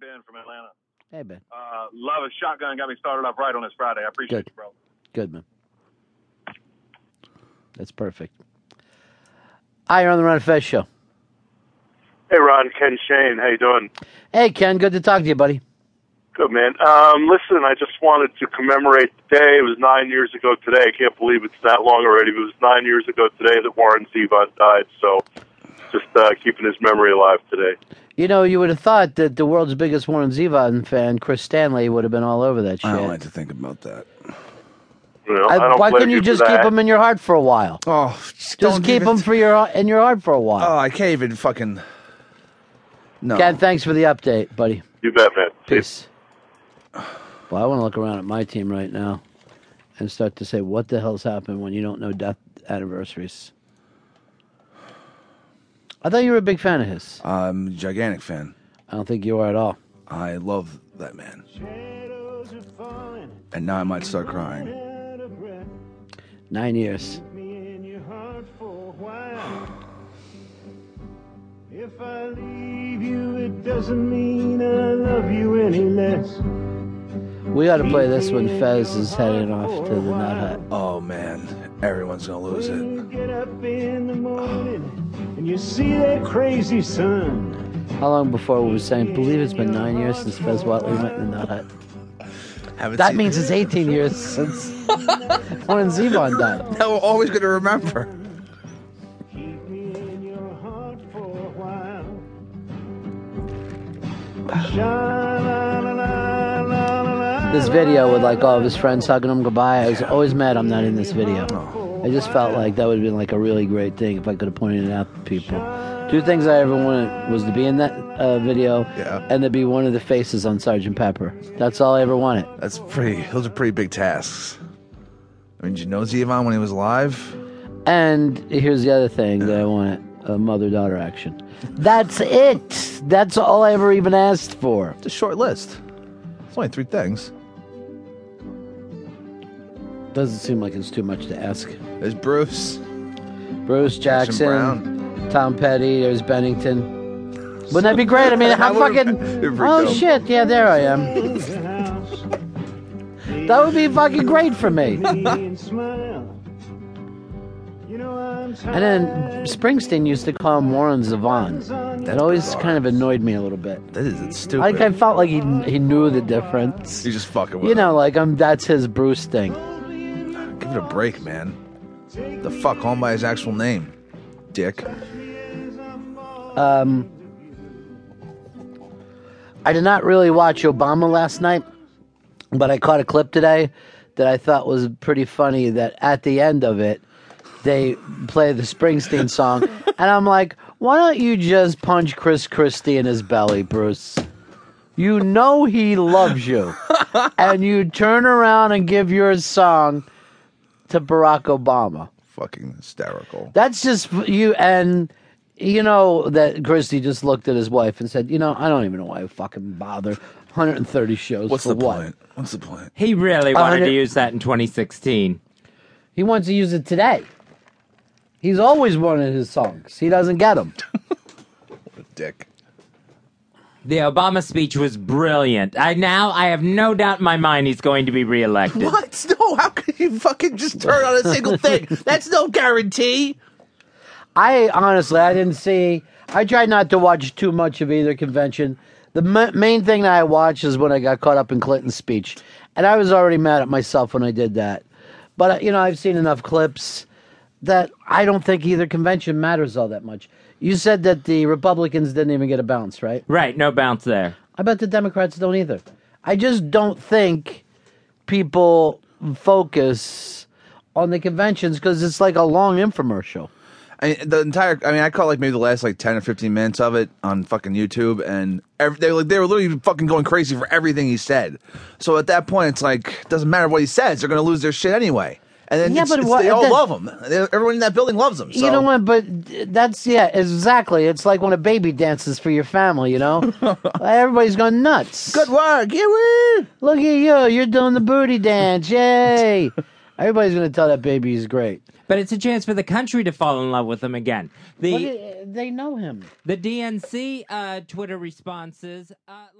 Ben from Atlanta. Hey, Ben. Uh, love a shotgun. Got me started off right on this Friday. I appreciate Good. you, bro. Good, man. That's perfect. Hi, you're on the Ron Fez show. Hey, Ron, Ken Shane, how you doing? Hey, Ken. Good to talk to you, buddy. Good man. Um, listen, I just wanted to commemorate the day. It was nine years ago today. I can't believe it's that long already. But it was nine years ago today that Warren Zevon died. So, just uh, keeping his memory alive today. You know, you would have thought that the world's biggest Warren Zevon fan, Chris Stanley, would have been all over that shit. I don't like to think about that. You know, I- I don't why blame couldn't you for just that. keep him in your heart for a while? Oh, Just keep him for your in your heart for a while. Oh, I can't even fucking. Oh, No. Ken, thanks for the update, buddy. You bet, man. Peace. Well, I want to look around at my team right now and start to say, what the hell's happened when you don't know death anniversaries? I thought you were a big fan of his. I'm a gigantic fan. I don't think you are at all. I love that man. And now I might start crying. Nine years. If I leave you, it doesn't mean I love you any less. We ought to play this when Fez is heading off to the Nut Hut. Oh man, everyone's gonna lose it. You get up in the morning and you see that crazy sun. How long before we were saying, believe it's been nine years since Fez Watley went in the Nut Hut? Haven't That seen- means it's 18 years since Warren Zevon died. Now we're always gonna remember. Keep me in your heart for a while. Ah. This video with like all of his friends hugging him goodbye. I was always mad I'm not in this video. I just felt like that would have been like a really great thing if I could have pointed it out to people. Two things I ever wanted was to be in that uh, video Yeah. and to be one of the faces on Sergeant Pepper. That's all I ever wanted. That's pretty. Those are pretty big tasks. I mean, did you know Zevon when he was alive? And here's the other thing that I wanted a mother daughter action. That's it. That's all I ever even asked for. It's a short list. It's only three things. Doesn't seem like it's too much to ask. There's Bruce. Bruce Jackson Jackson, Tom Petty, there's Bennington. Wouldn't that be great? I mean, how That would've fucking. been pretty Oh dope. shit, yeah, there I am. that would be fucking great for me. and smile. You know I'm And then Springsteen used to call him Warren Zevon. It That's always bizarre. kind of annoyed me a little bit. That is it's stupid. Like I felt like he, he knew the difference. you just fucking with You know, like I'm that's his Bruce thing. him. Give it a break, man. The fuck, call him by his actual name, dick. Um, I did not really watch Obama last night, but I caught a clip today that I thought was pretty funny. That at the end of it, they play the Springsteen song, and I'm like, why don't you just punch Chris Christie in his belly, Bruce? You know he loves you, and you turn around and give your song to Barack Obama. Fucking hysterical. That's just f- you and you know that Christie just looked at his wife and said, "You know, I don't even know why I fucking bother. 130 shows What's for the what? point? What's the point? He really wanted hundred- to use that in 2016. He wants to use it today. He's always wanted his songs. He doesn't get them. Dick. The Obama speech was brilliant. I now I have no doubt in my mind he's going to be reelected. What? No, how could you fucking just turn on a single thing? That's no guarantee. I honestly, I didn't see. I tried not to watch too much of either convention. The ma main thing that I watched is when I got caught up in Clinton's speech, and I was already mad at myself when I did that. But uh, you know, I've seen enough clips that I don't think either convention matters all that much. You said that the Republicans didn't even get a bounce, right? Right, no bounce there. I bet the Democrats don't either. I just don't think people focus on the conventions because it's like a long infomercial. I, the entire. I mean, I caught like maybe the last like ten or fifteen minutes of it on fucking YouTube, and every, they were like they were literally fucking going crazy for everything he said. So at that point, it's like doesn't matter what he says, they're gonna lose their shit anyway. And then Yeah, it's- but it's- what- they all that- love him. They- everyone in that building loves him. You so- know what? But that's yeah, exactly. It's like when a baby dances for your family. You know, everybody's going nuts. Good work, yeah, woo. Look at you. You're doing the booty dance. Yay! everybody's going to tell that baby he's great. But it's a chance for the country to fall in love with him again. The Look at- they uh, know him. the DNC uh, Twitter responses. Uh,